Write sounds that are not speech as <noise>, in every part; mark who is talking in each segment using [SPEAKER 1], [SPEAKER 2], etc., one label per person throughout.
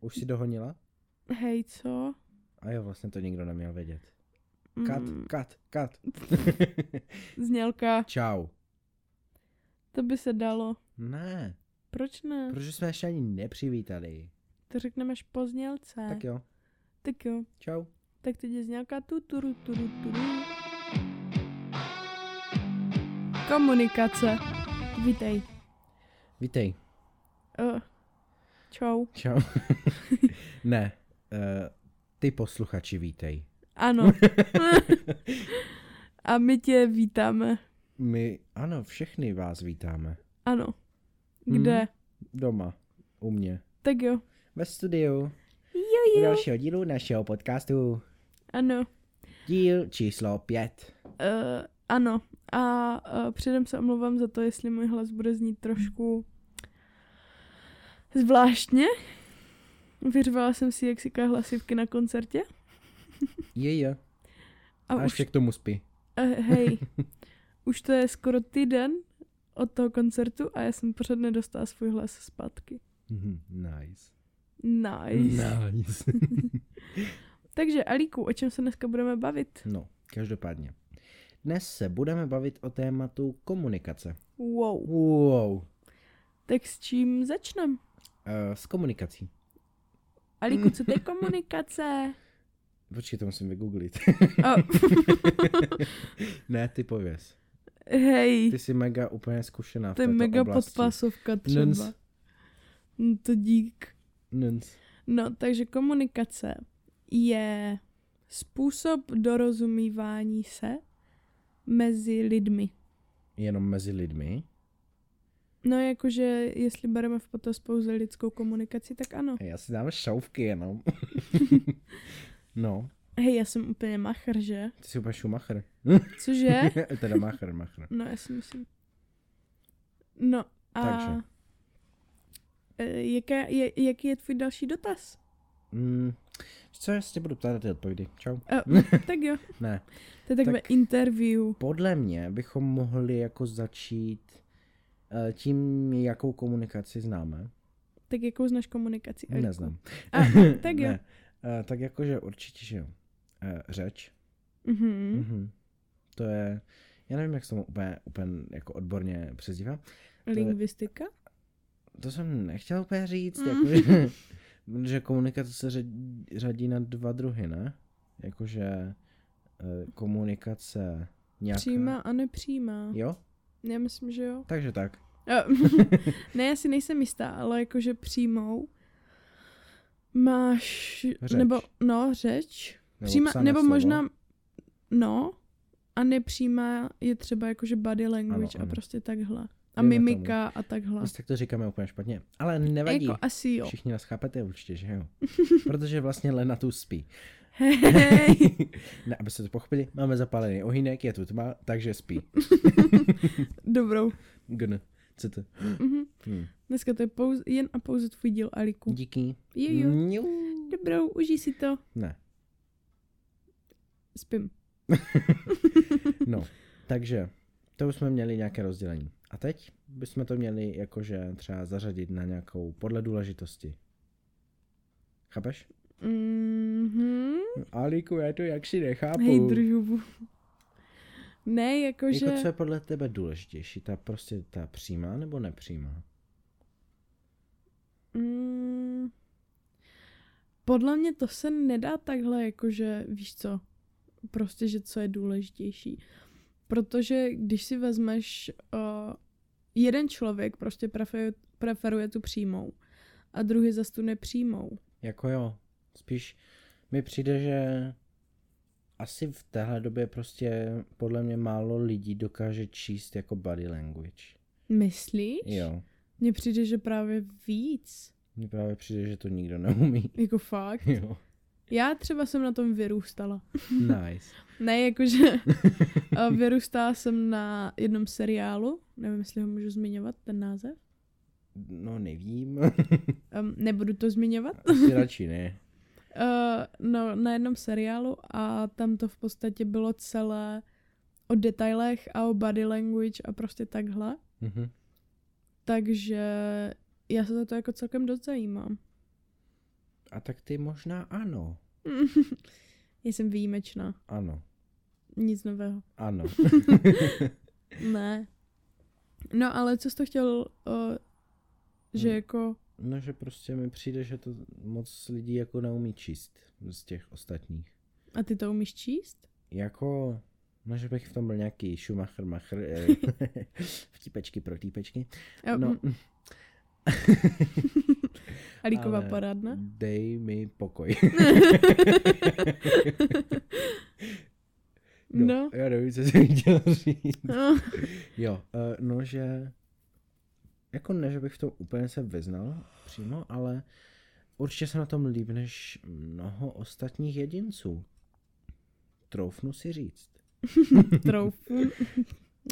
[SPEAKER 1] Už si dohonila?
[SPEAKER 2] Hej, co?
[SPEAKER 1] A jo, vlastně to nikdo neměl vědět. Kat,
[SPEAKER 2] Mm,
[SPEAKER 1] kat, kat. <laughs>
[SPEAKER 2] Znělka,
[SPEAKER 1] Čau.
[SPEAKER 2] to by se dalo.
[SPEAKER 1] Ne,
[SPEAKER 2] Proč ne?
[SPEAKER 1] protože jsme ještě ani nepřivítali.
[SPEAKER 2] To řekneme až po znělce.
[SPEAKER 1] Tak jo,
[SPEAKER 2] Tak jo.
[SPEAKER 1] čau.
[SPEAKER 2] Tak teď je znělka tu, turu, turu, turu. Komunikace. Vítej.
[SPEAKER 1] Vítej.
[SPEAKER 2] Uh, čau.
[SPEAKER 1] Čau. <laughs> ne, uh, ty posluchači vítej. <laughs>
[SPEAKER 2] Ano. A my tě vítáme.
[SPEAKER 1] My, ano, všechny vás vítáme.
[SPEAKER 2] Ano.
[SPEAKER 1] Hmm.
[SPEAKER 2] Kde?
[SPEAKER 1] Doma, u mě.
[SPEAKER 2] Tak jo.
[SPEAKER 1] Ve studiu.
[SPEAKER 2] Jo,
[SPEAKER 1] U dalšího dílu našeho podcastu.
[SPEAKER 2] Ano.
[SPEAKER 1] Díl číslo pět.
[SPEAKER 2] Uh, ano. A uh, předem se omlouvám za to, jestli můj hlas bude znít trošku zvláštně. Vyřvala jsem si, jak říká hlasivky na koncertě.
[SPEAKER 1] Je, je.
[SPEAKER 2] A,
[SPEAKER 1] A
[SPEAKER 2] už
[SPEAKER 1] ještě k tomu spí.
[SPEAKER 2] Uh,
[SPEAKER 1] <laughs>
[SPEAKER 2] hej, už to je skoro týden od toho koncertu a já jsem pořád nedostala svůj hlas zpátky.
[SPEAKER 1] Mhm, Nice.
[SPEAKER 2] Nice. No.
[SPEAKER 1] Nice.
[SPEAKER 2] Takže Alíku, o čem se dneska budeme bavit?
[SPEAKER 1] no, každopádně. Dnes se budeme bavit o tématu komunikace.
[SPEAKER 2] Wow.
[SPEAKER 1] Wow.
[SPEAKER 2] Tak s čím začneme?
[SPEAKER 1] Eh, s komunikací.
[SPEAKER 2] Alíku, co
[SPEAKER 1] <laughs>
[SPEAKER 2] to je komunikace?
[SPEAKER 1] Počkej, to musím vygooglit.
[SPEAKER 2] A,
[SPEAKER 1] ne, ty pověz.
[SPEAKER 2] hej,
[SPEAKER 1] Ty jsi mega úplně zkušená v
[SPEAKER 2] to je
[SPEAKER 1] této
[SPEAKER 2] mega
[SPEAKER 1] oblasti.
[SPEAKER 2] podpásovka
[SPEAKER 1] Nuns,
[SPEAKER 2] třeba. No to dík.
[SPEAKER 1] nuns.
[SPEAKER 2] No, takže komunikace je způsob dorozumívání se mezi lidmi.
[SPEAKER 1] Jenom mezi lidmi.
[SPEAKER 2] No jakože, jestli bereme v potaz pouze lidskou komunikaci, tak ano.
[SPEAKER 1] A já si dám šouvky jenom. no,
[SPEAKER 2] Hej, já jsem úplně machr, že?
[SPEAKER 1] ty jsi úplně šumacher. <laughs>
[SPEAKER 2] Cože?
[SPEAKER 1] teda macher, macher.
[SPEAKER 2] No já si myslím. No a...
[SPEAKER 1] Takže.
[SPEAKER 2] E, Jaké, je, jaký je tvůj další dotaz?
[SPEAKER 1] Mm, víš co, já se tě budu ptát na ty odpovědi. Čau. <laughs>
[SPEAKER 2] Uh, tak jo,
[SPEAKER 1] Ne,
[SPEAKER 2] to je takové
[SPEAKER 1] Tak-
[SPEAKER 2] interview.
[SPEAKER 1] podle mě bychom mohli jako začít eh, tím, jakou komunikaci známe.
[SPEAKER 2] Tak jakou znáš komunikaci? Eliku?
[SPEAKER 1] Neznám. <laughs>
[SPEAKER 2] Jako- A, tak jo.
[SPEAKER 1] Ne. Eh, tak jakože určitě, že jo. Eh, řeč.
[SPEAKER 2] Mhm.
[SPEAKER 1] Mm-hmm. To je, já nevím, jak se tomu úplně, úplně jako odborně přezdívá.
[SPEAKER 2] Lingvistika?
[SPEAKER 1] To jsem nechtěl úplně říct,
[SPEAKER 2] Mm.
[SPEAKER 1] mm. jakože, <laughs> že komunikace se řadí, řadí na dva druhy, ne? Jakože eh, komunikace nějaká.
[SPEAKER 2] Přijímá a nepřijímá.
[SPEAKER 1] Jo,
[SPEAKER 2] Já myslím,
[SPEAKER 1] <laughs>
[SPEAKER 2] že jo.
[SPEAKER 1] takže tak.
[SPEAKER 2] A- <laughs> ne, já si nejsem jistá, ale jakože přímou máš,
[SPEAKER 1] Řeč.
[SPEAKER 2] nebo no, řeč,
[SPEAKER 1] Nebo,
[SPEAKER 2] Přímá,
[SPEAKER 1] psané
[SPEAKER 2] nebo
[SPEAKER 1] slovo.
[SPEAKER 2] možná, no, a nepřímá je třeba jakože body language
[SPEAKER 1] Ano,
[SPEAKER 2] ano,
[SPEAKER 1] ano.
[SPEAKER 2] a prostě takhle. A
[SPEAKER 1] Dejme
[SPEAKER 2] mimika a takhle.
[SPEAKER 1] Vlastně tak to říkáme úplně špatně, ale nevadí.
[SPEAKER 2] Jako asi jo.
[SPEAKER 1] Všichni nás chápete určitě, že jo? <laughs> Protože vlastně Lena tu spí.
[SPEAKER 2] Hej,
[SPEAKER 1] ne, aby se to pochopili, máme zapálený ohýnek, je tu tma, takže spí.
[SPEAKER 2] dobrou.
[SPEAKER 1] Gn, co to?
[SPEAKER 2] Mhm.
[SPEAKER 1] Hm.
[SPEAKER 2] Dneska to je pouze, jen a pouze tvůj díl, Aliku.
[SPEAKER 1] Díky.
[SPEAKER 2] Jo, jo.
[SPEAKER 1] Mňau.
[SPEAKER 2] Dobrou, užij si to.
[SPEAKER 1] Ne.
[SPEAKER 2] Spím.
[SPEAKER 1] No, takže to už jsme měli nějaké rozdělení. A teď bychom to měli jakože třeba zařadit na nějakou podle důležitosti. Chápeš?
[SPEAKER 2] Mhm.
[SPEAKER 1] Aliku, já to jak si nechápu.
[SPEAKER 2] Hej, držubu. Ne, jakože...
[SPEAKER 1] Jako, co je podle tebe důležitější? Ta prostě ta přímá nebo nepřímá?
[SPEAKER 2] Mm, podle mě to se nedá takhle, jakože víš co, prostě, že co je důležitější. Protože když si vezmeš, uh, jeden člověk prostě preferuje, preferuje tu přímou a druhý zas tu nepřímou.
[SPEAKER 1] Jako jo, spíš mi přijde, že asi v téhle době prostě podle mě málo lidí dokáže číst jako body language.
[SPEAKER 2] Myslíš?
[SPEAKER 1] Jo.
[SPEAKER 2] Mně přijde, že právě víc.
[SPEAKER 1] Mně právě přijde, že to nikdo neumí. <laughs>
[SPEAKER 2] Jako fakt.
[SPEAKER 1] Jo.
[SPEAKER 2] Já třeba jsem na tom vyrůstala.
[SPEAKER 1] Nice.
[SPEAKER 2] Ne, jakože eh, vyrůstala jsem na jednom seriálu, nevím, jestli ho můžu zmiňovat, ten název.
[SPEAKER 1] No nevím. <laughs>
[SPEAKER 2] Um, nebudu to zmiňovat.
[SPEAKER 1] Asi radši ne.
[SPEAKER 2] Uh, no, na jednom seriálu a tam to v podstatě bylo celé o detailech a o body language a prostě takhle.
[SPEAKER 1] Mhm.
[SPEAKER 2] <laughs> Takže já se za to jako celkem dost zajímám.
[SPEAKER 1] A tak ty možná ano.
[SPEAKER 2] Já jsem výjimečná.
[SPEAKER 1] Ano.
[SPEAKER 2] Nic nového.
[SPEAKER 1] Ano. <laughs>
[SPEAKER 2] Ne. No ale co jsi to chtěl, uh, že
[SPEAKER 1] Hmm.
[SPEAKER 2] jako...
[SPEAKER 1] No, že prostě mi přijde, že to moc lidí jako neumí číst z těch ostatních.
[SPEAKER 2] A ty to umíš číst?
[SPEAKER 1] Jako, no, že bych v tom byl nějaký šumacher, machr, eh,
[SPEAKER 2] <laughs>
[SPEAKER 1] vtipečky pro týpečky.
[SPEAKER 2] A,
[SPEAKER 1] No,
[SPEAKER 2] mm, a Líková
[SPEAKER 1] ale
[SPEAKER 2] parádna?
[SPEAKER 1] Dej mi pokoj.
[SPEAKER 2] <laughs>
[SPEAKER 1] <laughs>
[SPEAKER 2] no. no.
[SPEAKER 1] Já nevím, co jsem chtěl říct.
[SPEAKER 2] no.
[SPEAKER 1] Jo, eh, no, že jako ne, že bych v tom úplně se vyznal přímo, ale určitě se na tom líp než mnoho ostatních jedinců. Troufnu si říct.
[SPEAKER 2] Troufnu.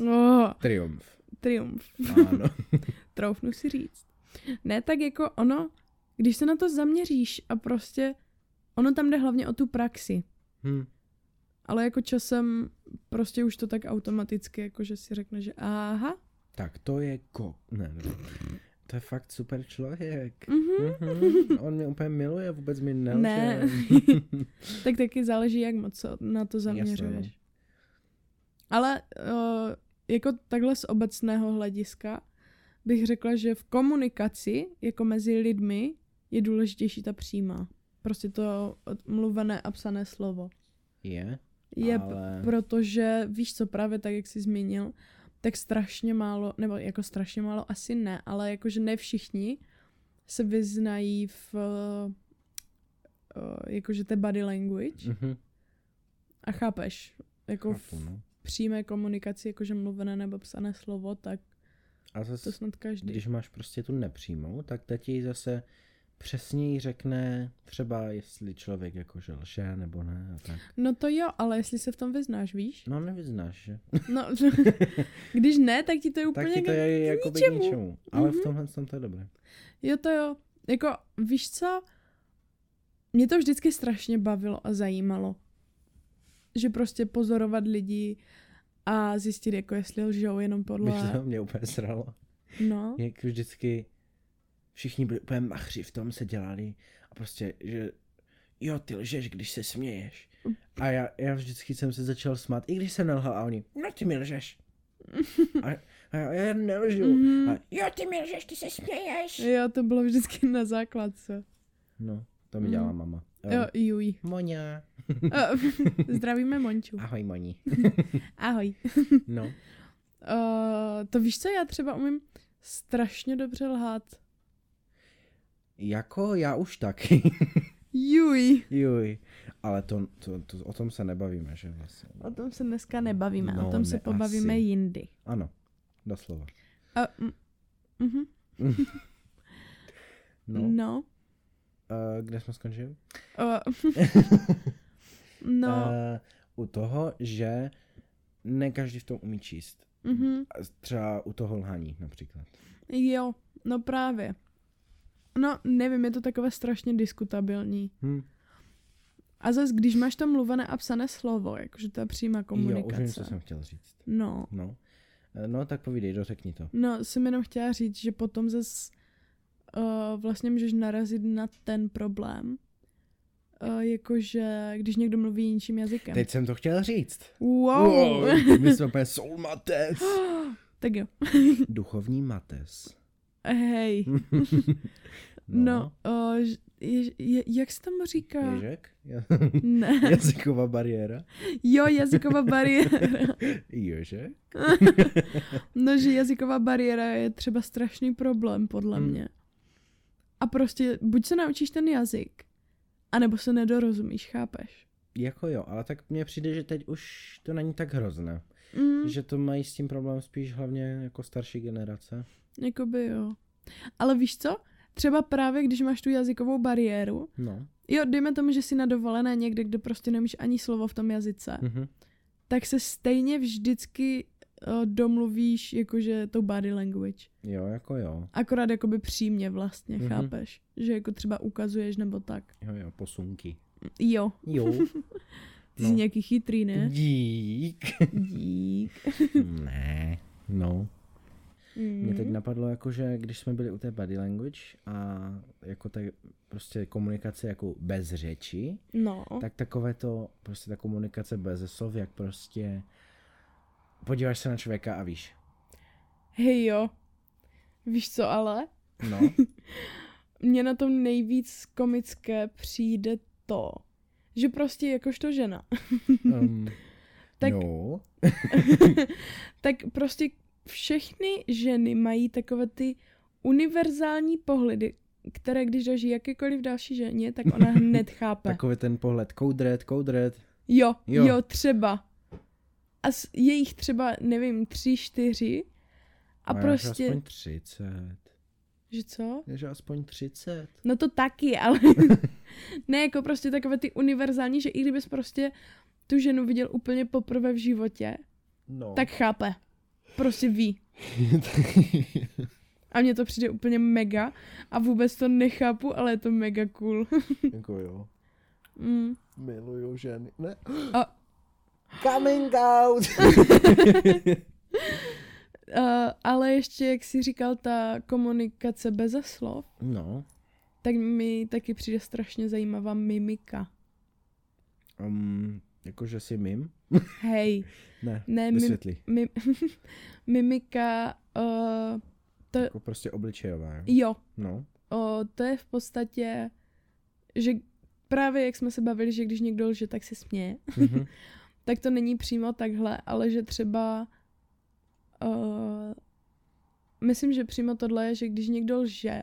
[SPEAKER 2] Oh,
[SPEAKER 1] Triumf.
[SPEAKER 2] triumf. <laughs>
[SPEAKER 1] Ano.
[SPEAKER 2] Troufnu si říct. Ne, tak jako ono, když se na to zaměříš a prostě ono tam jde hlavně o tu praxi,
[SPEAKER 1] Hm.
[SPEAKER 2] ale jako časem prostě už to tak automaticky, jako že si řekne, že aha,
[SPEAKER 1] Tak to je ko... Ne, ne. To je fakt super člověk.
[SPEAKER 2] mhm.
[SPEAKER 1] Mhm. On mě úplně miluje, vůbec mi nelže.
[SPEAKER 2] Ne. tak taky záleží, jak moc se na to zaměřuješ.
[SPEAKER 1] Jasně, no.
[SPEAKER 2] Ale uh, jako takhle z obecného hlediska bych řekla, že v komunikaci, jako mezi lidmi, je důležitější ta přímá. Prostě to mluvené a psané slovo.
[SPEAKER 1] <laughs> Je,
[SPEAKER 2] Je, p-
[SPEAKER 1] ale...
[SPEAKER 2] protože víš co, právě tak, jak jsi zmínil, tak strašně málo, nebo jako strašně málo asi ne, ale jakože ne všichni se vyznají v eh, jakože té body language
[SPEAKER 1] Mhm.
[SPEAKER 2] a chápeš, jako v
[SPEAKER 1] Chápu, no.
[SPEAKER 2] přímé komunikaci, jakože mluvené nebo psané slovo, tak
[SPEAKER 1] A zase
[SPEAKER 2] to snad každý.
[SPEAKER 1] Když máš prostě tu nepřímou, tak ta ti zase přesněji řekne třeba, jestli člověk jakože lže nebo ne a tak.
[SPEAKER 2] No to jo, ale jestli se v tom vyznáš, víš?
[SPEAKER 1] No nevyznáš, že? <laughs>
[SPEAKER 2] No, <laughs> když ne, tak ti to je
[SPEAKER 1] tak
[SPEAKER 2] úplně...
[SPEAKER 1] ti to
[SPEAKER 2] k-
[SPEAKER 1] je jako by
[SPEAKER 2] ničemu.
[SPEAKER 1] ničemu. Ale
[SPEAKER 2] Mhm.
[SPEAKER 1] v tomhle tom to je dobré.
[SPEAKER 2] Jo, to jo. Jako, víš co? Mě to vždycky strašně bavilo a zajímalo. Že prostě pozorovat lidi a zjistit, jako jestli lžou jenom
[SPEAKER 1] Víš,
[SPEAKER 2] podle...
[SPEAKER 1] to mě úplně sralo.
[SPEAKER 2] No.
[SPEAKER 1] Jak vždycky všichni byli úplně machři v tom se dělali a prostě, že jo, ty lžeš, když se směješ. A já, já vždycky jsem se začal smát, i když jsem nelhal a oni, no ty mi lžeš. A, a já, já nelžu.
[SPEAKER 2] Mhm.
[SPEAKER 1] A jo, ty mi lžeš, ty se směješ.
[SPEAKER 2] Jo, to bylo vždycky na základce.
[SPEAKER 1] No, to mi
[SPEAKER 2] Mm.
[SPEAKER 1] dělá mama.
[SPEAKER 2] Jo,
[SPEAKER 1] Ehm,
[SPEAKER 2] juj. <laughs>
[SPEAKER 1] Moňa.
[SPEAKER 2] Eh, <laughs> Zdravíme Monču.
[SPEAKER 1] Ahoj,
[SPEAKER 2] <laughs>
[SPEAKER 1] Moni.
[SPEAKER 2] Ahoj.
[SPEAKER 1] No.
[SPEAKER 2] Uh, to víš co, já třeba umím strašně dobře lhát.
[SPEAKER 1] Jako já už taky. <laughs>
[SPEAKER 2] Juj.
[SPEAKER 1] Juj. Ale to, to, to, o tom se nebavíme, že vlastně.
[SPEAKER 2] O tom se dneska nebavíme, no,
[SPEAKER 1] No,
[SPEAKER 2] o tom se
[SPEAKER 1] ne,
[SPEAKER 2] pobavíme
[SPEAKER 1] asi.
[SPEAKER 2] jindy.
[SPEAKER 1] Ano, doslova.
[SPEAKER 2] A, mm, mhm.
[SPEAKER 1] No,
[SPEAKER 2] no. no.
[SPEAKER 1] eh, kde jsme skončili? <laughs>
[SPEAKER 2] Uh, no.
[SPEAKER 1] Eh, u toho, že ne každý v tom umí číst.
[SPEAKER 2] mhm.
[SPEAKER 1] A Třeba u toho lhaní například.
[SPEAKER 2] Jo, no právě. No, nevím, je to takové strašně diskutabilní.
[SPEAKER 1] Hm.
[SPEAKER 2] A zase, když máš to mluvené a psané slovo, jakože to je přímá
[SPEAKER 1] Jo, už
[SPEAKER 2] komunikace.
[SPEAKER 1] vím, co jsem chtěl říct.
[SPEAKER 2] No.
[SPEAKER 1] No, Eh, no tak povídej, dořekni to.
[SPEAKER 2] No, jsem jenom chtěla říct, že potom zase uh, vlastně můžeš narazit na ten problém, uh, jakože když někdo mluví jiným jazykem.
[SPEAKER 1] Teď jsem to chtěl říct.
[SPEAKER 2] Wow! wow.
[SPEAKER 1] my jsme úplně soul mates.
[SPEAKER 2] <gasps> tak jo.
[SPEAKER 1] Duchovní mates.
[SPEAKER 2] Hej.
[SPEAKER 1] <laughs>
[SPEAKER 2] No, uh, je, je, jak se tomu říká?
[SPEAKER 1] Ježek? <laughs> Ja-
[SPEAKER 2] Ne. <laughs>
[SPEAKER 1] Jazyková bariéra.
[SPEAKER 2] Jo, jazyková bariéra. <laughs>
[SPEAKER 1] Ježek?
[SPEAKER 2] No, že jazyková bariéra je třeba strašný problém, podle
[SPEAKER 1] Hmm.
[SPEAKER 2] mě. A prostě buď se naučíš ten jazyk, anebo se nedorozumíš, chápeš?
[SPEAKER 1] Jako jo, ale tak mně přijde, že teď už to není tak hrozné.
[SPEAKER 2] Mm.
[SPEAKER 1] Že to mají s tím problém spíš hlavně jako starší generace.
[SPEAKER 2] Jakoby jo. Ale víš co? Třeba právě, když máš tu jazykovou bariéru,
[SPEAKER 1] No.
[SPEAKER 2] jo, dejme tomu, že jsi na dovolené někde, kde prostě nemíš ani slovo v tom jazyce,
[SPEAKER 1] Mhm.
[SPEAKER 2] tak se stejně vždycky eh, domluvíš jakože tou body language.
[SPEAKER 1] Jo, jako jo.
[SPEAKER 2] Akorát jakoby přímě vlastně,
[SPEAKER 1] Mhm.
[SPEAKER 2] mm-hmm. chápeš? Že jako třeba ukazuješ nebo tak.
[SPEAKER 1] Jo, jo, posunky.
[SPEAKER 2] Jo,
[SPEAKER 1] Jo.
[SPEAKER 2] <laughs> ty
[SPEAKER 1] No.
[SPEAKER 2] jsi nějaký
[SPEAKER 1] <laughs>
[SPEAKER 2] chytrý, ne?
[SPEAKER 1] Dík.
[SPEAKER 2] Dík.
[SPEAKER 1] ne. No.
[SPEAKER 2] Mm.
[SPEAKER 1] Mě teď napadlo, jako, že když jsme byli u té body language a jako té prostě komunikace jako bez řeči,
[SPEAKER 2] No,
[SPEAKER 1] tak takové to, prostě ta komunikace bez slov, jak prostě podíváš se na člověka a víš.
[SPEAKER 2] hej jo. Víš co ale? <laughs>
[SPEAKER 1] No,
[SPEAKER 2] Mně na tom nejvíc komické přijde to, že prostě jakožto žena, <laughs>
[SPEAKER 1] um,
[SPEAKER 2] Tak-
[SPEAKER 1] no,
[SPEAKER 2] tak prostě všechny ženy mají takové ty univerzální pohledy, které když daš jakékoliv další ženě, tak ona hned chápe.
[SPEAKER 1] takový ten pohled, koudret, koudret,
[SPEAKER 2] Jo,
[SPEAKER 1] Jo.
[SPEAKER 2] jo, jo, třeba. A s, je jich třeba, nevím, tři, čtyři. A
[SPEAKER 1] máš
[SPEAKER 2] prostě,
[SPEAKER 1] No, aspoň 30,
[SPEAKER 2] že co?
[SPEAKER 1] Máš aspoň 30.
[SPEAKER 2] No to taky, <laughs> ale ne, jako prostě takové ty univerzální, že i kdybys prostě tu ženu viděl úplně poprvé v životě,
[SPEAKER 1] No.
[SPEAKER 2] tak chápe. Prostě ví. A mně to přijde úplně mega a vůbec to nechápu, ale je to mega cool. <laughs>
[SPEAKER 1] <laughs> jako jo.
[SPEAKER 2] Mm.
[SPEAKER 1] Miluju ženy. Ne.
[SPEAKER 2] A-
[SPEAKER 1] Coming out!
[SPEAKER 2] Uh, ale ještě, jak jsi říkal, ta komunikace beze slov,
[SPEAKER 1] No,
[SPEAKER 2] tak mi taky přijde strašně zajímavá mimika.
[SPEAKER 1] um, jakože si mím?
[SPEAKER 2] Hej,
[SPEAKER 1] Ne,
[SPEAKER 2] ne, mim,
[SPEAKER 1] vysvětli.
[SPEAKER 2] mim, <laughs> mimika, uh,
[SPEAKER 1] Jako prostě obličejová, jo?
[SPEAKER 2] jo,
[SPEAKER 1] No,
[SPEAKER 2] O, to je v podstatě, že právě jak jsme se bavili, že když někdo lže, tak se směje,
[SPEAKER 1] mhm.
[SPEAKER 2] tak to není přímo takhle, ale že třeba uh, myslím, že přímo tohle je, že když někdo lže,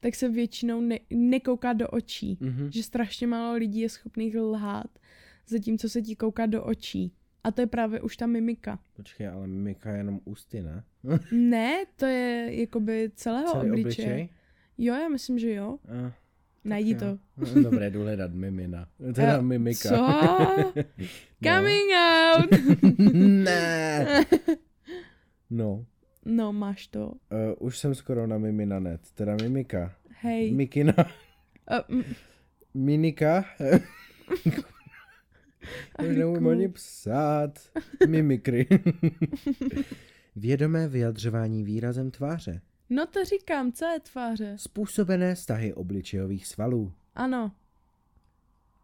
[SPEAKER 2] tak se většinou ne- nekouká do očí.
[SPEAKER 1] Mhm.
[SPEAKER 2] Že strašně málo lidí je schopných lhát, zatímco se ti kouká do očí. A to je právě už ta mimika.
[SPEAKER 1] Počkej, ale mimika je jenom ústy, ne?
[SPEAKER 2] Ne, to je jakoby celého
[SPEAKER 1] Celý
[SPEAKER 2] obličeje. Jo, já myslím, že jo.
[SPEAKER 1] A,
[SPEAKER 2] Najdi
[SPEAKER 1] jo.
[SPEAKER 2] to.
[SPEAKER 1] No, Dobré, jdu hledat mimina. Teda
[SPEAKER 2] Eh,
[SPEAKER 1] mimika.
[SPEAKER 2] Co?
[SPEAKER 1] <laughs> No.
[SPEAKER 2] Coming
[SPEAKER 1] <laughs>
[SPEAKER 2] out!
[SPEAKER 1] ne! No,
[SPEAKER 2] No, máš to.
[SPEAKER 1] uh, už jsem skoro na mimina net. Teda mimika.
[SPEAKER 2] Hej.
[SPEAKER 1] Mikina.
[SPEAKER 2] Uh, mm,
[SPEAKER 1] Minika. Už neumím
[SPEAKER 2] Ariku.
[SPEAKER 1] ani psát. Mimikry. <laughs> Vědomé vyjadřování výrazem tváře.
[SPEAKER 2] no to říkám, co je tváře?
[SPEAKER 1] Způsobené stahy obličejových svalů.
[SPEAKER 2] Ano,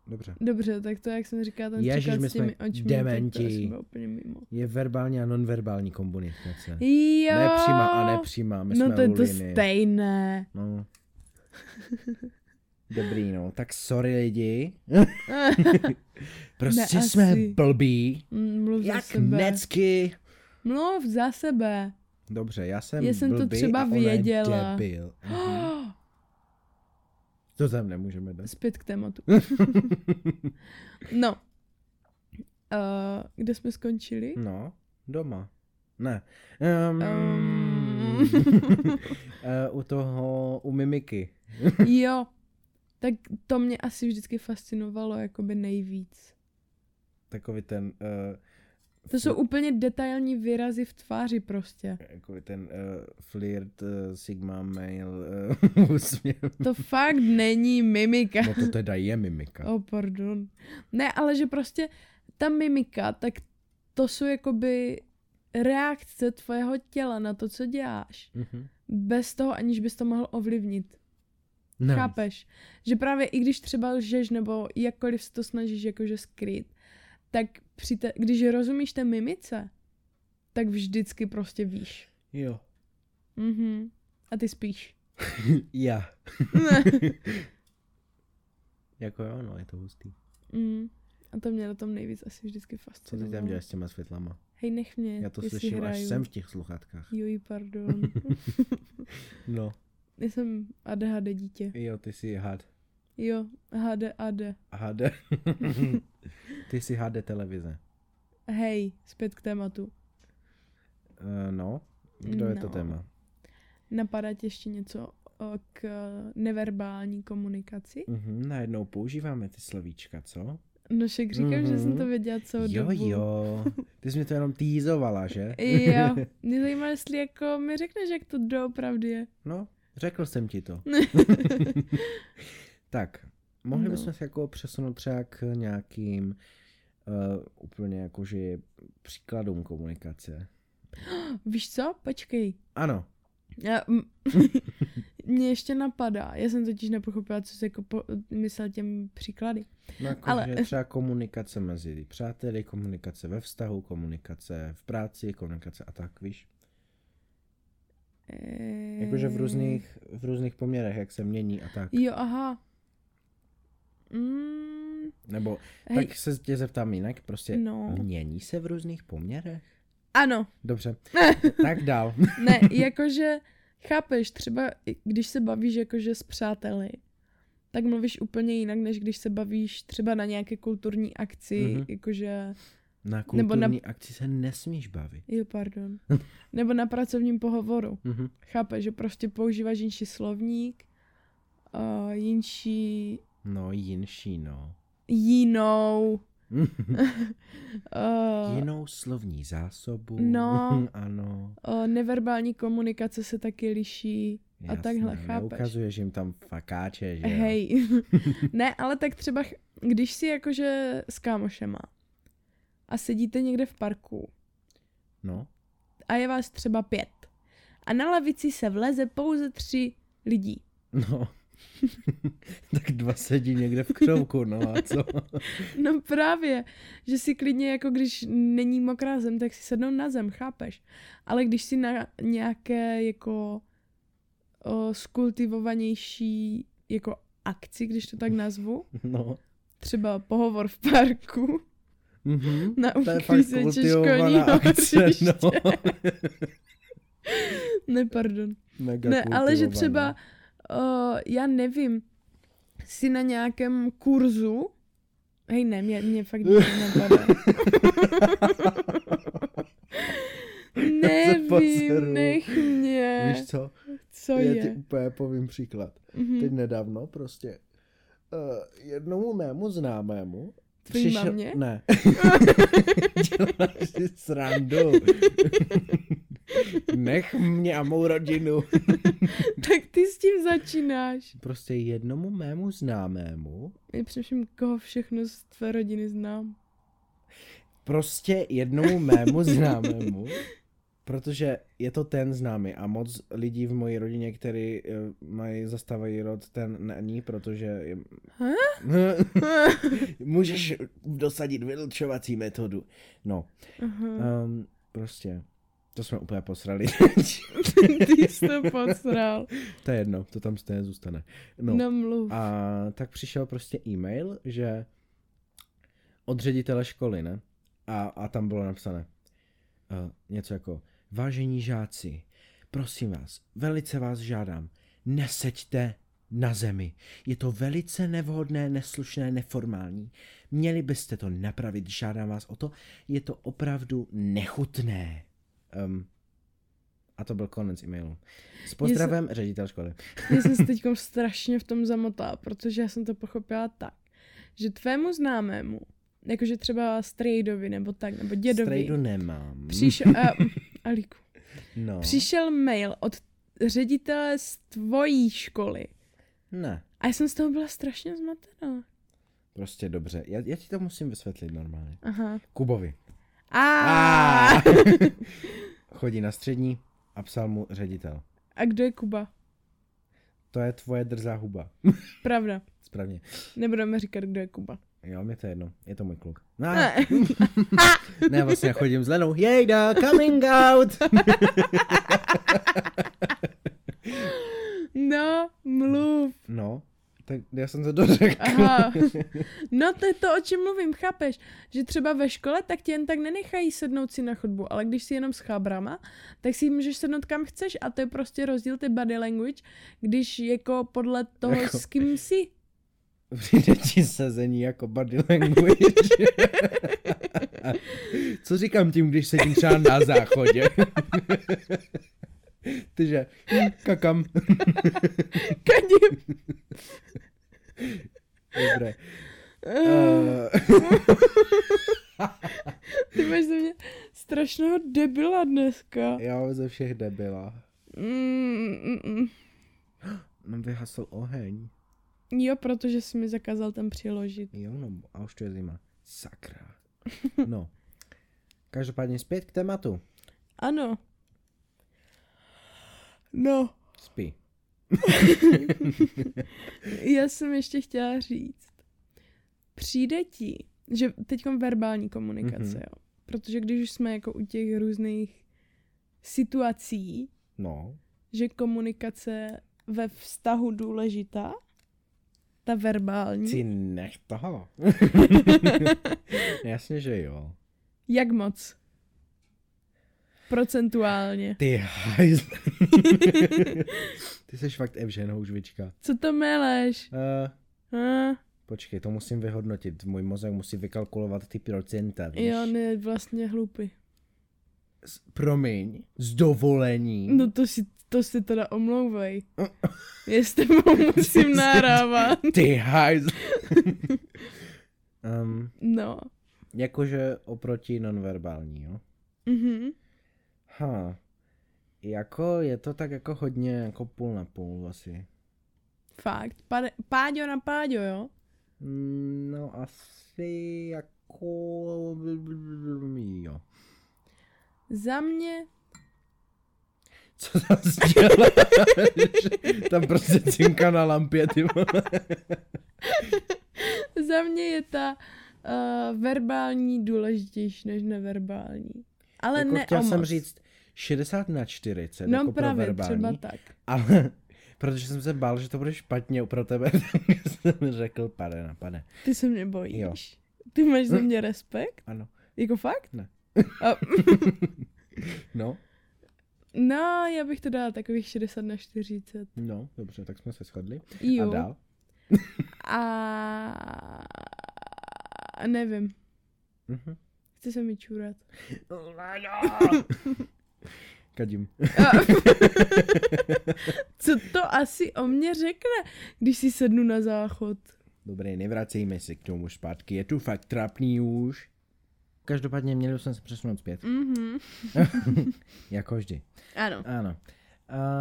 [SPEAKER 1] Dobře.
[SPEAKER 2] dobře, tak to, jak jsem říkala, ten
[SPEAKER 1] Ježiš,
[SPEAKER 2] příklad
[SPEAKER 1] my
[SPEAKER 2] s těmi
[SPEAKER 1] jsme
[SPEAKER 2] očmi, tak to
[SPEAKER 1] dementi.
[SPEAKER 2] asi bylo úplně mimo.
[SPEAKER 1] Je verbální a nonverbální komunikace.
[SPEAKER 2] Jo.
[SPEAKER 1] Nepřímá a nepřímá, my
[SPEAKER 2] No
[SPEAKER 1] jsme
[SPEAKER 2] to je
[SPEAKER 1] u
[SPEAKER 2] to
[SPEAKER 1] liny. <laughs>
[SPEAKER 2] stejné. <laughs>
[SPEAKER 1] No. Dobrý, no. Tak sorry lidi. Prostě
[SPEAKER 2] Ne,
[SPEAKER 1] jsme
[SPEAKER 2] asi.
[SPEAKER 1] blbí.
[SPEAKER 2] Mm, Mluv za
[SPEAKER 1] Jak
[SPEAKER 2] sebe.
[SPEAKER 1] necky.
[SPEAKER 2] Mluv za sebe.
[SPEAKER 1] Dobře, já jsem
[SPEAKER 2] Já jsem to
[SPEAKER 1] blbý
[SPEAKER 2] třeba
[SPEAKER 1] a ona je
[SPEAKER 2] věděla.
[SPEAKER 1] Debil. Mhm. To tam nemůžeme dát.
[SPEAKER 2] <gasps> Zpět
[SPEAKER 1] <laughs>
[SPEAKER 2] k tématu. no. Uh, kde jsme skončili?
[SPEAKER 1] No, doma. Ne. Um, <laughs>
[SPEAKER 2] Um.
[SPEAKER 1] uh, u toho, u mimiky.
[SPEAKER 2] Jo, tak to mě asi vždycky fascinovalo jakoby nejvíc.
[SPEAKER 1] Takový ten, uh,
[SPEAKER 2] To jsou úplně detailní výrazy v tváři prostě.
[SPEAKER 1] takový ten uh, flirt, uh, sigma, mail, uh, <laughs> úsměv.
[SPEAKER 2] To fakt není mimika.
[SPEAKER 1] No to teda je mimika.
[SPEAKER 2] Oh, pardon. Ne, ale že prostě ta mimika, tak to jsou jakoby reakce tvého těla na to, co děláš.
[SPEAKER 1] Mhm.
[SPEAKER 2] Bez toho, aniž bys to mohl ovlivnit.
[SPEAKER 1] Nice.
[SPEAKER 2] Chápeš? Že právě i když třeba lžeš nebo jakkoliv se to snažíš jakože skryt, tak při te, když rozumíš té mimice, tak vždycky prostě víš.
[SPEAKER 1] Jo.
[SPEAKER 2] Mhm. A ty spíš.
[SPEAKER 1] Já.
[SPEAKER 2] <laughs>
[SPEAKER 1] jako jo, no, je to hustý.
[SPEAKER 2] Mm. A to mě na tom nejvíc asi vždycky
[SPEAKER 1] Co
[SPEAKER 2] fascinovalo.
[SPEAKER 1] ty tam děláš s těma světlama?
[SPEAKER 2] Hej, nech mě,
[SPEAKER 1] Já to
[SPEAKER 2] jestli
[SPEAKER 1] slyším až
[SPEAKER 2] hraju.
[SPEAKER 1] sem v těch sluchátkách.
[SPEAKER 2] Juj, pardon. <laughs>
[SPEAKER 1] No.
[SPEAKER 2] Já jsem ADHD dítě.
[SPEAKER 1] Jo, ty jsi had.
[SPEAKER 2] Jo, HD, AD. <laughs>
[SPEAKER 1] HD. ty jsi HD televize.
[SPEAKER 2] Hej, zpět k tématu.
[SPEAKER 1] Uh, no, kdo je to
[SPEAKER 2] No.
[SPEAKER 1] téma?
[SPEAKER 2] Napadá tě ještě něco o, k neverbální komunikaci?
[SPEAKER 1] Mhm, najednou používáme ty slovíčka, co?
[SPEAKER 2] No však říkám, že jsem to
[SPEAKER 1] Mhm.
[SPEAKER 2] věděla celou
[SPEAKER 1] jo,
[SPEAKER 2] dobu. <laughs>
[SPEAKER 1] jo. Ty jsi mi to jenom týzovala, že? <laughs>
[SPEAKER 2] Jo, mě zajímá, jestli jako mi řekneš, jak to doopravdy je.
[SPEAKER 1] No, řekl jsem ti
[SPEAKER 2] <laughs>
[SPEAKER 1] to. tak, mohli
[SPEAKER 2] No.
[SPEAKER 1] bychom se jako přesunout třeba k eh, nějakým uh, úplně jakože příkladům komunikace.
[SPEAKER 2] Víš co? Počkej.
[SPEAKER 1] Ano,
[SPEAKER 2] Já- m- <laughs> Mně ještě napadá, já jsem totiž nepochopila, co jsi jako po, myslel těm příklady.
[SPEAKER 1] no jako,
[SPEAKER 2] Ale-
[SPEAKER 1] Ale... že třeba komunikace mezi přáteli, komunikace ve vztahu, komunikace v práci, komunikace a tak, víš.
[SPEAKER 2] Eee...
[SPEAKER 1] Jakože v různých, v různých poměrech, jak se mění a tak.
[SPEAKER 2] Jo, aha. Mm,
[SPEAKER 1] Nebo
[SPEAKER 2] hej,
[SPEAKER 1] tak se tě zeptám jinak, prostě
[SPEAKER 2] no.
[SPEAKER 1] mění se v různých poměrech?
[SPEAKER 2] Ano, <laughs>
[SPEAKER 1] Dobře, tak dál. <laughs>
[SPEAKER 2] ne, jakože, chápeš, třeba i když se bavíš jakože s přáteli, tak mluvíš úplně jinak, než když se bavíš třeba na nějaké kulturní akci,
[SPEAKER 1] Mhm.
[SPEAKER 2] mm-hmm. jakože,
[SPEAKER 1] Na
[SPEAKER 2] na-
[SPEAKER 1] kulturní Nebo na... akci se nesmíš bavit. <laughs>
[SPEAKER 2] jo, pardon, nebo na pracovním pohovoru.
[SPEAKER 1] Mhm.
[SPEAKER 2] Chápeš, že prostě používáš jinší slovník, uh, jinší,
[SPEAKER 1] No, jinší, no. <laughs>
[SPEAKER 2] jinou, uh,
[SPEAKER 1] Jinou slovní zásobu.
[SPEAKER 2] no.
[SPEAKER 1] <laughs> ano.
[SPEAKER 2] uh, neverbální komunikace se taky liší. A takhle, chápeš.
[SPEAKER 1] Ukazuješ jim tam fakáče, že jo?
[SPEAKER 2] Hej. ne, ale tak třeba, ch- když si jakože s kámošema a sedíte někde v parku
[SPEAKER 1] No,
[SPEAKER 2] a je vás třeba pět a na lavici se vleze pouze tři lidí.
[SPEAKER 1] no. <laughs> tak dva sedí někde v křovku, no a co? <laughs>
[SPEAKER 2] No právě, že si klidně jako když není mokrá zem, tak si sednou na zem, chápeš? Ale když si na nějaké jako o, skultivovanější jako akci, když to tak nazvu,
[SPEAKER 1] No.
[SPEAKER 2] třeba pohovor v parku, <laughs>
[SPEAKER 1] Mhm.
[SPEAKER 2] na
[SPEAKER 1] To je fakt
[SPEAKER 2] uklízeči
[SPEAKER 1] kultivovaná
[SPEAKER 2] školního
[SPEAKER 1] akce,
[SPEAKER 2] <laughs> hřiště.
[SPEAKER 1] no. <laughs>
[SPEAKER 2] Ne, pardon.
[SPEAKER 1] Mega
[SPEAKER 2] Ne, ale že
[SPEAKER 1] kultivovaná.
[SPEAKER 2] třeba, uh, já nevím, si na nějakém kurzu, hej ne, mě, mě fakt nic
[SPEAKER 1] <laughs>
[SPEAKER 2] nenapadá. nevím,
[SPEAKER 1] poseru.
[SPEAKER 2] nech mě.
[SPEAKER 1] Víš co?
[SPEAKER 2] Co
[SPEAKER 1] Já ti
[SPEAKER 2] je?
[SPEAKER 1] úplně povím příklad.
[SPEAKER 2] Mhm.
[SPEAKER 1] Teď nedávno prostě uh, jednomu mému známému
[SPEAKER 2] Tvojí mamě? <laughs>
[SPEAKER 1] Ne. Děláš si srandu. Nech mě a mou rodinu.
[SPEAKER 2] Tak ty s tím začínáš.
[SPEAKER 1] Prostě jednomu mému známému,
[SPEAKER 2] Já přemýšlím, koho všechno z tvé
[SPEAKER 1] <laughs>
[SPEAKER 2] rodiny znám. <laughs>
[SPEAKER 1] prostě jednomu mému známému, protože je to ten známý a moc lidí v mojí rodině, který eh, mají zastávají rod, ten není, protože... Je... <laughs> Můžeš dosadit vylčovací metodu. No,
[SPEAKER 2] Aha. <laughs>
[SPEAKER 1] um, prostě, to jsme úplně posrali.
[SPEAKER 2] ty jsi to posral.
[SPEAKER 1] to je jedno, to tam stejně zůstane. No,
[SPEAKER 2] No,
[SPEAKER 1] no.
[SPEAKER 2] mluv.
[SPEAKER 1] A tak přišel prostě e-mail, že od ředitele školy, ne? A, a tam bylo napsané uh, něco jako, vážení žáci, prosím vás, velice vás žádám, neseďte na zemi. Je to velice nevhodné, neslušné, neformální. Měli byste to napravit, žádám vás o to. Je to opravdu nechutné. Um, a to byl konec e-mailu. S pozdravem, ředitel školy.
[SPEAKER 2] Já jsem se teď strašně v tom zamotala, protože já jsem to pochopila tak, že tvému známému, jakože třeba strejdovi nebo tak, nebo dědovi,
[SPEAKER 1] Strejdu nemám.
[SPEAKER 2] přišel,
[SPEAKER 1] <laughs>
[SPEAKER 2] uh, Aliku,
[SPEAKER 1] No.
[SPEAKER 2] přišel mail od ředitele z tvojí školy.
[SPEAKER 1] Ne,
[SPEAKER 2] A já jsem z toho byla strašně zmatená.
[SPEAKER 1] prostě dobře. Já, já ti to musím vysvětlit normálně.
[SPEAKER 2] Aha.
[SPEAKER 1] Kubovi.
[SPEAKER 2] A,
[SPEAKER 1] <laughs> Chodí na střední a psal mu ředitel.
[SPEAKER 2] a kdo je Kuba?
[SPEAKER 1] To je tvoje drzá huba.
[SPEAKER 2] Pravda.
[SPEAKER 1] Správně.
[SPEAKER 2] Nebudeme říkat, kdo je Kuba.
[SPEAKER 1] Jo, mě to je jedno. Je to můj kluk. No,
[SPEAKER 2] Ne.
[SPEAKER 1] ne, vlastně já chodím s Lenou. Jejda, coming
[SPEAKER 2] <laughs>
[SPEAKER 1] out!
[SPEAKER 2] No, mluv.
[SPEAKER 1] No, tak já jsem to dořekl.
[SPEAKER 2] Aha. <laughs> No to je to, o čem mluvím, chápeš? Že třeba ve škole tak tě jen tak nenechají sednout si na chodbu, ale když si jenom s chábrama, tak si můžeš sednout kam chceš a to je prostě rozdíl ty body language, když jako podle toho,
[SPEAKER 1] Jako-
[SPEAKER 2] s kým jsi.
[SPEAKER 1] Přijde ti sezení jako body language. Co říkám tím, když sedím třeba na záchodě? Tyže, hm, kakam.
[SPEAKER 2] Kadim.
[SPEAKER 1] Dobré.
[SPEAKER 2] Eh,
[SPEAKER 1] Uh,
[SPEAKER 2] Ty máš ze mě strašného debila dneska.
[SPEAKER 1] já mám ze všech debila.
[SPEAKER 2] Mm, mm, mm.
[SPEAKER 1] Mám vyhasl oheň.
[SPEAKER 2] Jo, protože jsi mi zakázal tam přiložit.
[SPEAKER 1] Jo, no, a už to je zima. Sakra. No. Každopádně zpět k tématu.
[SPEAKER 2] Ano. No,
[SPEAKER 1] Spí.
[SPEAKER 2] já jsem ještě chtěla říct. Přijde ti, že teď verbální komunikace,
[SPEAKER 1] Mhm.
[SPEAKER 2] jo. Protože když už jsme jako u těch různých situací,
[SPEAKER 1] No,
[SPEAKER 2] že komunikace ve vztahu důležitá, ta verbální,
[SPEAKER 1] si nech <laughs> toho. Jasně, že jo.
[SPEAKER 2] jak moc? Procentuálně.
[SPEAKER 1] Ty hajz. Ty seš fakt Evžen Houžvička.
[SPEAKER 2] Co to meleš?
[SPEAKER 1] Uh,
[SPEAKER 2] Ah,
[SPEAKER 1] počkej, to musím vyhodnotit. Můj mozek musí vykalkulovat ty procenta, víš?
[SPEAKER 2] jo, ne, vlastně hloupý.
[SPEAKER 1] S- Promiň, s dovolením.
[SPEAKER 2] No to si, to si
[SPEAKER 1] <laughs>
[SPEAKER 2] teda omlouvej. Já s tebou musím nahrávat.
[SPEAKER 1] Ty <laughs> hajz. um,
[SPEAKER 2] No.
[SPEAKER 1] jakože oproti nonverbální, jo?
[SPEAKER 2] Mhm.
[SPEAKER 1] Ha. Jako je to tak jako hodně jako půl na půl asi.
[SPEAKER 2] Fakt. Pane, páďo na páďo, jo?
[SPEAKER 1] Mm, No asi jako... Jo.
[SPEAKER 2] Za mě <laughs>
[SPEAKER 1] Co tam děláš? tam prostě cinka na lampě, ty vole.
[SPEAKER 2] Za mě je ta uh, verbální důležitější než neverbální. Ale
[SPEAKER 1] jako
[SPEAKER 2] ne
[SPEAKER 1] chtěl
[SPEAKER 2] o
[SPEAKER 1] jsem
[SPEAKER 2] moc.
[SPEAKER 1] říct 60 na 40,
[SPEAKER 2] No
[SPEAKER 1] jako
[SPEAKER 2] právě,
[SPEAKER 1] pro verbální,
[SPEAKER 2] třeba tak.
[SPEAKER 1] ale <laughs> protože jsem se bál, že to bude špatně pro tebe, <laughs> tak jsem řekl pane na pane.
[SPEAKER 2] Ty se mě bojíš. Jo. Ty máš za
[SPEAKER 1] <laughs>
[SPEAKER 2] mě respekt?
[SPEAKER 1] Ano.
[SPEAKER 2] Jako fakt?
[SPEAKER 1] Ne.
[SPEAKER 2] A,
[SPEAKER 1] No,
[SPEAKER 2] no, já bych to dala takových 60 na 40.
[SPEAKER 1] no, dobře, tak jsme se shodli.
[SPEAKER 2] Jo.
[SPEAKER 1] A dál?
[SPEAKER 2] A... A nevím.
[SPEAKER 1] Mhm.
[SPEAKER 2] Chce se mi čůrat. Oh
[SPEAKER 1] <laughs> Kadím.
[SPEAKER 2] Co to asi o mě řekne, když si sednu na záchod?
[SPEAKER 1] Dobrý, nevracejme se k tomu zpátky, je tu fakt trapný už. Každopádně měl jsem se přesunout zpět,
[SPEAKER 2] Mhm.
[SPEAKER 1] jako vždy. <laughs>
[SPEAKER 2] Ano.
[SPEAKER 1] Ano.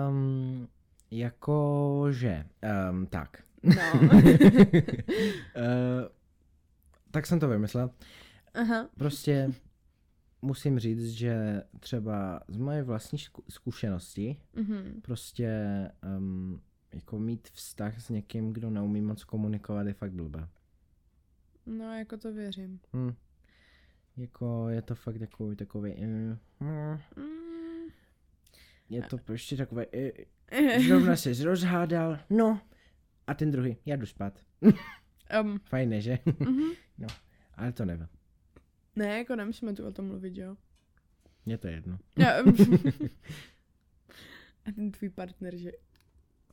[SPEAKER 1] Um, jakože, um, jako <laughs> tak.
[SPEAKER 2] No.
[SPEAKER 1] uh, tak jsem to vymyslel.
[SPEAKER 2] Aha.
[SPEAKER 1] Prostě musím říct, že třeba z moje vlastní zku- zkušenosti,
[SPEAKER 2] Mhm.
[SPEAKER 1] prostě um, jako mít vztah s někým, kdo neumí moc komunikovat, je fakt blbé.
[SPEAKER 2] No, jako to věřím.
[SPEAKER 1] Hm. Jako je to fakt takový, takový, eh, hm,
[SPEAKER 2] Mm.
[SPEAKER 1] je to prostě takové, eh,
[SPEAKER 2] Mm.
[SPEAKER 1] zrovna se rozhádal, no, a ten druhý, já jdu spát.
[SPEAKER 2] <laughs> um,
[SPEAKER 1] Fajné, že? <laughs> No,
[SPEAKER 2] mhm.
[SPEAKER 1] Ale to nevím.
[SPEAKER 2] Ne, jako nemusíme tu o tom
[SPEAKER 1] <laughs>
[SPEAKER 2] mluvit, jo?
[SPEAKER 1] Mně to je jedno.
[SPEAKER 2] Já, em, <laughs> a ten tvůj partner, že...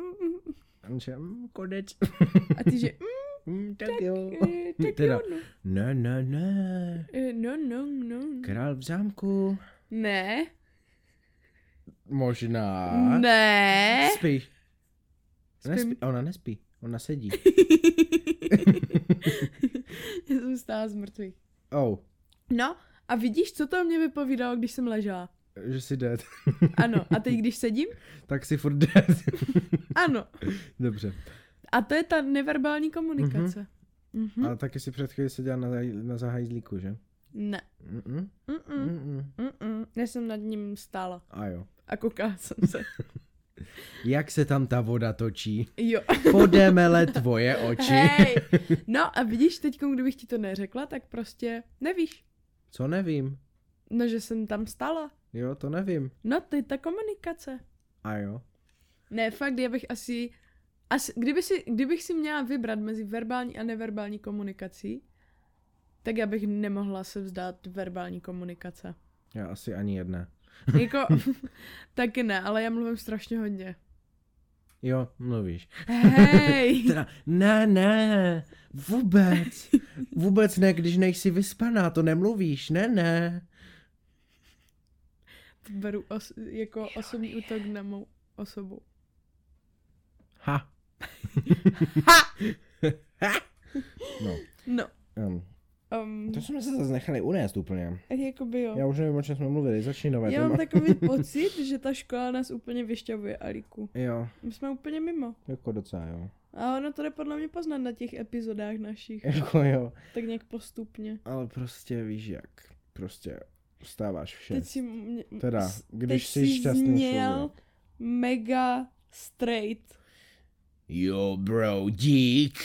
[SPEAKER 2] Mm,
[SPEAKER 1] On že, mm, konec. <laughs>
[SPEAKER 2] A ty, že... mm,
[SPEAKER 1] Mm, tak jo.
[SPEAKER 2] eh, Tak
[SPEAKER 1] Teda.
[SPEAKER 2] jo, no.
[SPEAKER 1] Ne, ne, ne.
[SPEAKER 2] Eh, No, no, no.
[SPEAKER 1] Král v zámku.
[SPEAKER 2] Ne.
[SPEAKER 1] Možná.
[SPEAKER 2] Ne.
[SPEAKER 1] Spí.
[SPEAKER 2] Spím.
[SPEAKER 1] Nespí. Ona nespí. Ona sedí. <laughs>
[SPEAKER 2] Já <laughs> jsem stála z mrtvých.
[SPEAKER 1] Oh,
[SPEAKER 2] No, a vidíš, co to o mě vypovídalo, když jsem ležela?
[SPEAKER 1] že si dead.
[SPEAKER 2] Ano, a teď, když sedím?
[SPEAKER 1] <laughs> tak si furt dead.
[SPEAKER 2] Ano.
[SPEAKER 1] <laughs> Dobře.
[SPEAKER 2] A to je ta neverbální komunikace. Mhm.
[SPEAKER 1] A taky si před chvíli seděl na, zahaj- na zahajzlíku, že?
[SPEAKER 2] Ne.
[SPEAKER 1] Mm-mm.
[SPEAKER 2] Mm-mm.
[SPEAKER 1] Mm-mm.
[SPEAKER 2] Mm-mm. Já jsem nad ním stála
[SPEAKER 1] A jo.
[SPEAKER 2] a koukala jsem
[SPEAKER 1] <laughs>
[SPEAKER 2] se.
[SPEAKER 1] Jak se tam ta voda točí?
[SPEAKER 2] Jo.
[SPEAKER 1] Podemele tvoje oči. <laughs>
[SPEAKER 2] Hej. No a vidíš, teď, kdybych ti to neřekla, tak prostě nevíš.
[SPEAKER 1] Co nevím?
[SPEAKER 2] No, že jsem tam stála.
[SPEAKER 1] Jo, to nevím.
[SPEAKER 2] No, to je ta komunikace.
[SPEAKER 1] A jo.
[SPEAKER 2] Ne, fakt, já bych asi... asi kdyby si, kdybych si měla vybrat mezi verbální a neverbální komunikací, tak já bych nemohla se vzdát
[SPEAKER 1] <laughs>
[SPEAKER 2] verbální komunikace.
[SPEAKER 1] Já asi ani jedné.
[SPEAKER 2] Jako, <laughs> taky ne, ale já mluvím
[SPEAKER 1] <laughs>
[SPEAKER 2] strašně hodně.
[SPEAKER 1] Jo, mluvíš.
[SPEAKER 2] Hej!
[SPEAKER 1] Teda, ne, ne, vůbec. Vůbec ne, když nejsi vyspaná, to nemluvíš, ne, ne.
[SPEAKER 2] To beru os- jako osobní útok na mou osobu.
[SPEAKER 1] Ha.
[SPEAKER 2] Ha!
[SPEAKER 1] No.
[SPEAKER 2] No.
[SPEAKER 1] Um,
[SPEAKER 2] Um,
[SPEAKER 1] to jsme se zase nechali unést úplně.
[SPEAKER 2] jakoby jo.
[SPEAKER 1] Já už nevím, o čem jsme mluvili, začni nové
[SPEAKER 2] Já
[SPEAKER 1] téma.
[SPEAKER 2] mám
[SPEAKER 1] <laughs>
[SPEAKER 2] takový pocit, že ta škola nás úplně vyšťavuje, Aliku.
[SPEAKER 1] Jo,
[SPEAKER 2] My jsme úplně mimo.
[SPEAKER 1] jako docela jo.
[SPEAKER 2] A ono to jde podle mě poznat na těch
[SPEAKER 1] <laughs>
[SPEAKER 2] epizodách našich.
[SPEAKER 1] Jako jo,
[SPEAKER 2] Tak nějak postupně.
[SPEAKER 1] ale prostě víš jak. Prostě Vstáváš v
[SPEAKER 2] Teď
[SPEAKER 1] šest.
[SPEAKER 2] si mě,
[SPEAKER 1] Teda,
[SPEAKER 2] s-
[SPEAKER 1] když
[SPEAKER 2] teď
[SPEAKER 1] jsi šťastný
[SPEAKER 2] zněl
[SPEAKER 1] člověk.
[SPEAKER 2] mega straight.
[SPEAKER 1] Jo, bro, dík.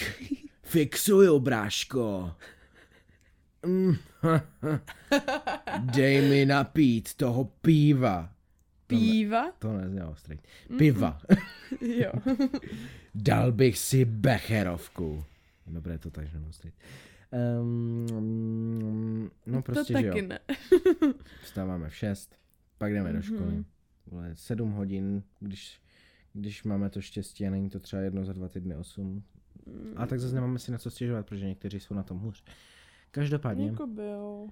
[SPEAKER 1] Fixuju, bráško. Mm, Dej mi napít toho piva. <laughs>
[SPEAKER 2] Píva?
[SPEAKER 1] To neznělo straight. Piva.
[SPEAKER 2] Mm-hmm. Jo.
[SPEAKER 1] Dal bych si becherovku. Dobré, to takže nemůžu straight. Um, no prostě,
[SPEAKER 2] to
[SPEAKER 1] že jo.
[SPEAKER 2] taky ne.
[SPEAKER 1] Vstáváme v 6, pak jdeme do školy.
[SPEAKER 2] Mhm.
[SPEAKER 1] Vole, 7 hodin, když, když máme to štěstí a není to třeba jedno za dva týdny 8. A tak zase nemáme si na co stěžovat, protože někteří jsou na tom hůř. Každopádně,
[SPEAKER 2] Jako byl.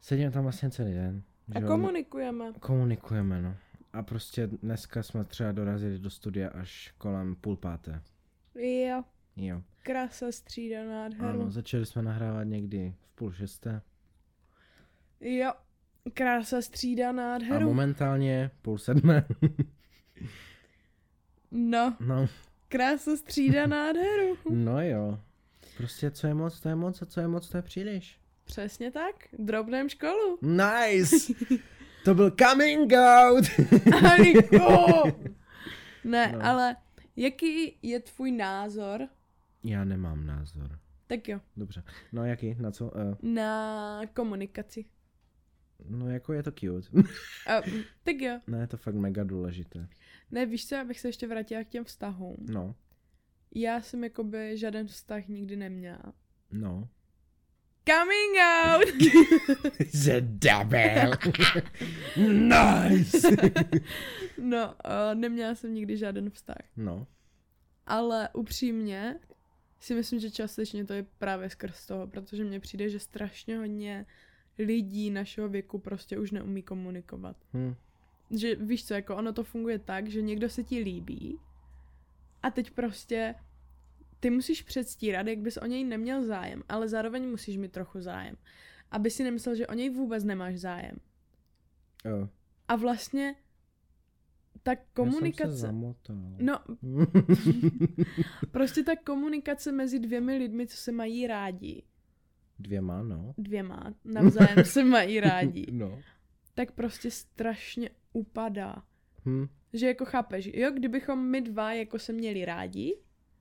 [SPEAKER 1] sedíme tam vlastně celý den.
[SPEAKER 2] A
[SPEAKER 1] že jo?
[SPEAKER 2] komunikujeme.
[SPEAKER 1] Komunikujeme, no. A prostě dneska jsme třeba dorazili do studia až kolem půl páté.
[SPEAKER 2] Jo.
[SPEAKER 1] Jo.
[SPEAKER 2] Krása střídá
[SPEAKER 1] Ano,
[SPEAKER 2] nádheru.
[SPEAKER 1] začali jsme nahrávat někdy v půl šesté.
[SPEAKER 2] Jo. Krása střídá
[SPEAKER 1] A
[SPEAKER 2] nádheru.
[SPEAKER 1] momentálně půl sedmé. <laughs>
[SPEAKER 2] No.
[SPEAKER 1] no.
[SPEAKER 2] Krása střídá nádheru.
[SPEAKER 1] <laughs> No jo. Prostě co je moc, to je moc a co je moc, to je příliš.
[SPEAKER 2] Přesně tak.
[SPEAKER 1] <laughs>
[SPEAKER 2] Drobném školu. <laughs>
[SPEAKER 1] Nice! To byl coming out! <laughs>
[SPEAKER 2] Aliko! Ne,
[SPEAKER 1] No.
[SPEAKER 2] ale jaký je tvůj názor?
[SPEAKER 1] Já nemám názor.
[SPEAKER 2] Tak jo.
[SPEAKER 1] Dobře. No jaký? Na co? Uh,
[SPEAKER 2] Na komunikaci.
[SPEAKER 1] no jako je to cute.
[SPEAKER 2] A, tak jo.
[SPEAKER 1] ne, je to fakt mega důležité.
[SPEAKER 2] Ne, víš co, abych se ještě vrátila k těm vztahům.
[SPEAKER 1] No.
[SPEAKER 2] Já jsem jakoby žádný vztah nikdy neměla.
[SPEAKER 1] No.
[SPEAKER 2] Coming out!
[SPEAKER 1] <laughs>
[SPEAKER 2] <laughs>
[SPEAKER 1] The <laughs> double! <laughs> nice!
[SPEAKER 2] No, uh, neměla jsem nikdy žádný vztah.
[SPEAKER 1] no.
[SPEAKER 2] Ale upřímně si myslím, že částečně to je právě skrz toho, protože mně přijde, že strašně hodně lidí našeho věku prostě už neumí komunikovat.
[SPEAKER 1] Hm.
[SPEAKER 2] Že víš co, jako ono to funguje tak, že někdo se ti líbí a teď prostě ty musíš předstírat, jak bys o něj neměl zájem, ale zároveň musíš mít trochu zájem. Aby si nemyslel, že o něj vůbec nemáš zájem.
[SPEAKER 1] Uh,
[SPEAKER 2] A vlastně ta
[SPEAKER 1] Já jsem se
[SPEAKER 2] komunikace...
[SPEAKER 1] zamotal. <laughs>
[SPEAKER 2] No, prostě ta komunikace mezi dvěmi lidmi, co se mají rádi,
[SPEAKER 1] Dvěma, no.
[SPEAKER 2] dvěma navzájem se mají rádi,
[SPEAKER 1] No.
[SPEAKER 2] tak prostě strašně upadá.
[SPEAKER 1] Hm.
[SPEAKER 2] Že jako chápeš, jo, kdybychom my dva jako se měli rádi,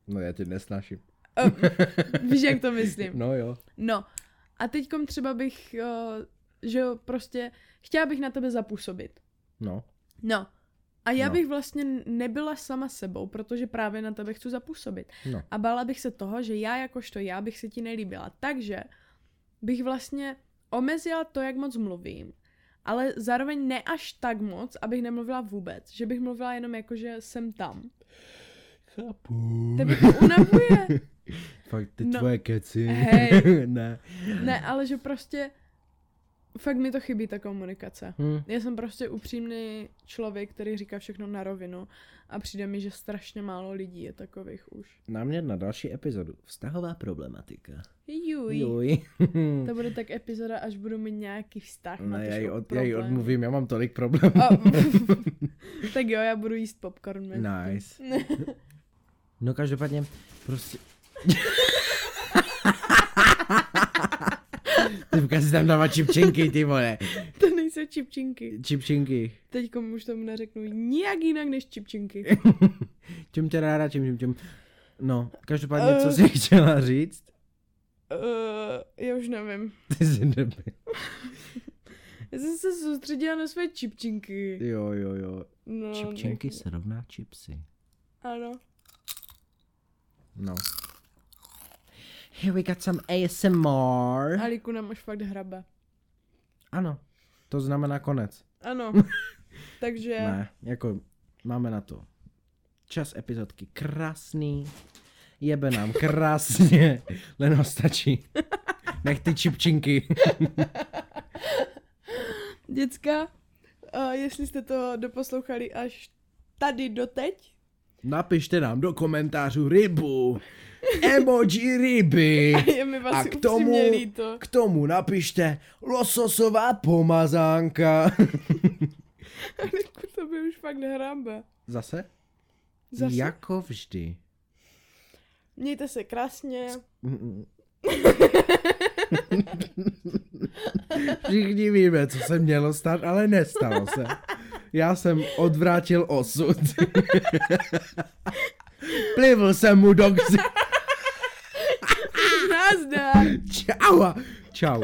[SPEAKER 1] No já tě nesnáším. <laughs>
[SPEAKER 2] eh, <laughs> víš, jak to myslím.
[SPEAKER 1] No jo.
[SPEAKER 2] No, a teďkom třeba bych, eh, že jo, prostě chtěla bych na tebe zapůsobit.
[SPEAKER 1] No.
[SPEAKER 2] No. A já
[SPEAKER 1] No.
[SPEAKER 2] no. bych vlastně nebyla sama sebou, protože právě na tebe chci zapůsobit.
[SPEAKER 1] No.
[SPEAKER 2] A bála bych se toho, že já jakožto já bych se ti nelíbila. Takže bych vlastně omezila to, jak moc mluvím, ale zároveň ne až tak moc, abych nemluvila vůbec. Že bych mluvila jenom jako, že jsem tam.
[SPEAKER 1] Chápu. <laughs>
[SPEAKER 2] Tebe to unavuje.
[SPEAKER 1] Fakt ty no.
[SPEAKER 2] No.
[SPEAKER 1] tvoje keci.
[SPEAKER 2] <laughs> Hej.
[SPEAKER 1] ne.
[SPEAKER 2] ne, ale že prostě fakt mi to chybí ta komunikace.
[SPEAKER 1] Hm.
[SPEAKER 2] Já jsem prostě upřímný člověk, který říká všechno na rovinu a přijde mi, že strašně málo lidí je takových už.
[SPEAKER 1] Námět na další epizodu. Vztahová problematika.
[SPEAKER 2] Juj.
[SPEAKER 1] Juj.
[SPEAKER 2] To bude tak epizoda, až budu mít nějaký vztah
[SPEAKER 1] <laughs>
[SPEAKER 2] na
[SPEAKER 1] Ne, já ji,
[SPEAKER 2] trošku
[SPEAKER 1] od, já ji
[SPEAKER 2] problém.
[SPEAKER 1] odmluvím, já mám tolik problémů.
[SPEAKER 2] A, <laughs> tak jo, já budu jíst popcorn. mezi tím.
[SPEAKER 1] Nice. <laughs> No každopádně, prostě... <laughs> Typka si tam dává čipčinky, ty vole.
[SPEAKER 2] to nejsou čipčinky.
[SPEAKER 1] Čipčinky.
[SPEAKER 2] Teď komu už tomu neřeknu nijak jinak než
[SPEAKER 1] <laughs>
[SPEAKER 2] čipčinky.
[SPEAKER 1] Čím tě ráda, čím, čím, čím. No, každopádně, co jsi chtěla říct?
[SPEAKER 2] Uh, já už nevím.
[SPEAKER 1] Ty jsi debil.
[SPEAKER 2] Já jsem se soustředila na své čipčinky.
[SPEAKER 1] Jo, jo, jo.
[SPEAKER 2] No,
[SPEAKER 1] Čipčinky
[SPEAKER 2] tak-
[SPEAKER 1] se rovná čipsy.
[SPEAKER 2] Ano.
[SPEAKER 1] No. Here we got some ASMR.
[SPEAKER 2] Aliku nám až fakt hrabe.
[SPEAKER 1] Ano, to znamená konec. <laughs>
[SPEAKER 2] Ano. Takže
[SPEAKER 1] Ne, jako máme na to čas epizodky krásný, jebe nám <laughs> krásně, Leno stačí. Nech ty čipčinky.
[SPEAKER 2] děcka, uh, jestli jste to doposlouchali až tady doteď,
[SPEAKER 1] Napište nám do komentářů rybu, emoji ryby.
[SPEAKER 2] <laughs> je mi vás
[SPEAKER 1] A k tomu,
[SPEAKER 2] upřímně líto. <laughs>
[SPEAKER 1] k tomu napište lososová pomazánka.
[SPEAKER 2] Aliku, to by už fakt hrabe.
[SPEAKER 1] Zase?
[SPEAKER 2] Zase.
[SPEAKER 1] Jako vždy.
[SPEAKER 2] Mějte se krásně.
[SPEAKER 1] Mm, mm. <laughs> Všichni víme, co se mělo stát, ale nestalo se. Já jsem odvrátil osud. Plivl jsem mu do ksi.
[SPEAKER 2] Nazdar!
[SPEAKER 1] Čau. a- Čau.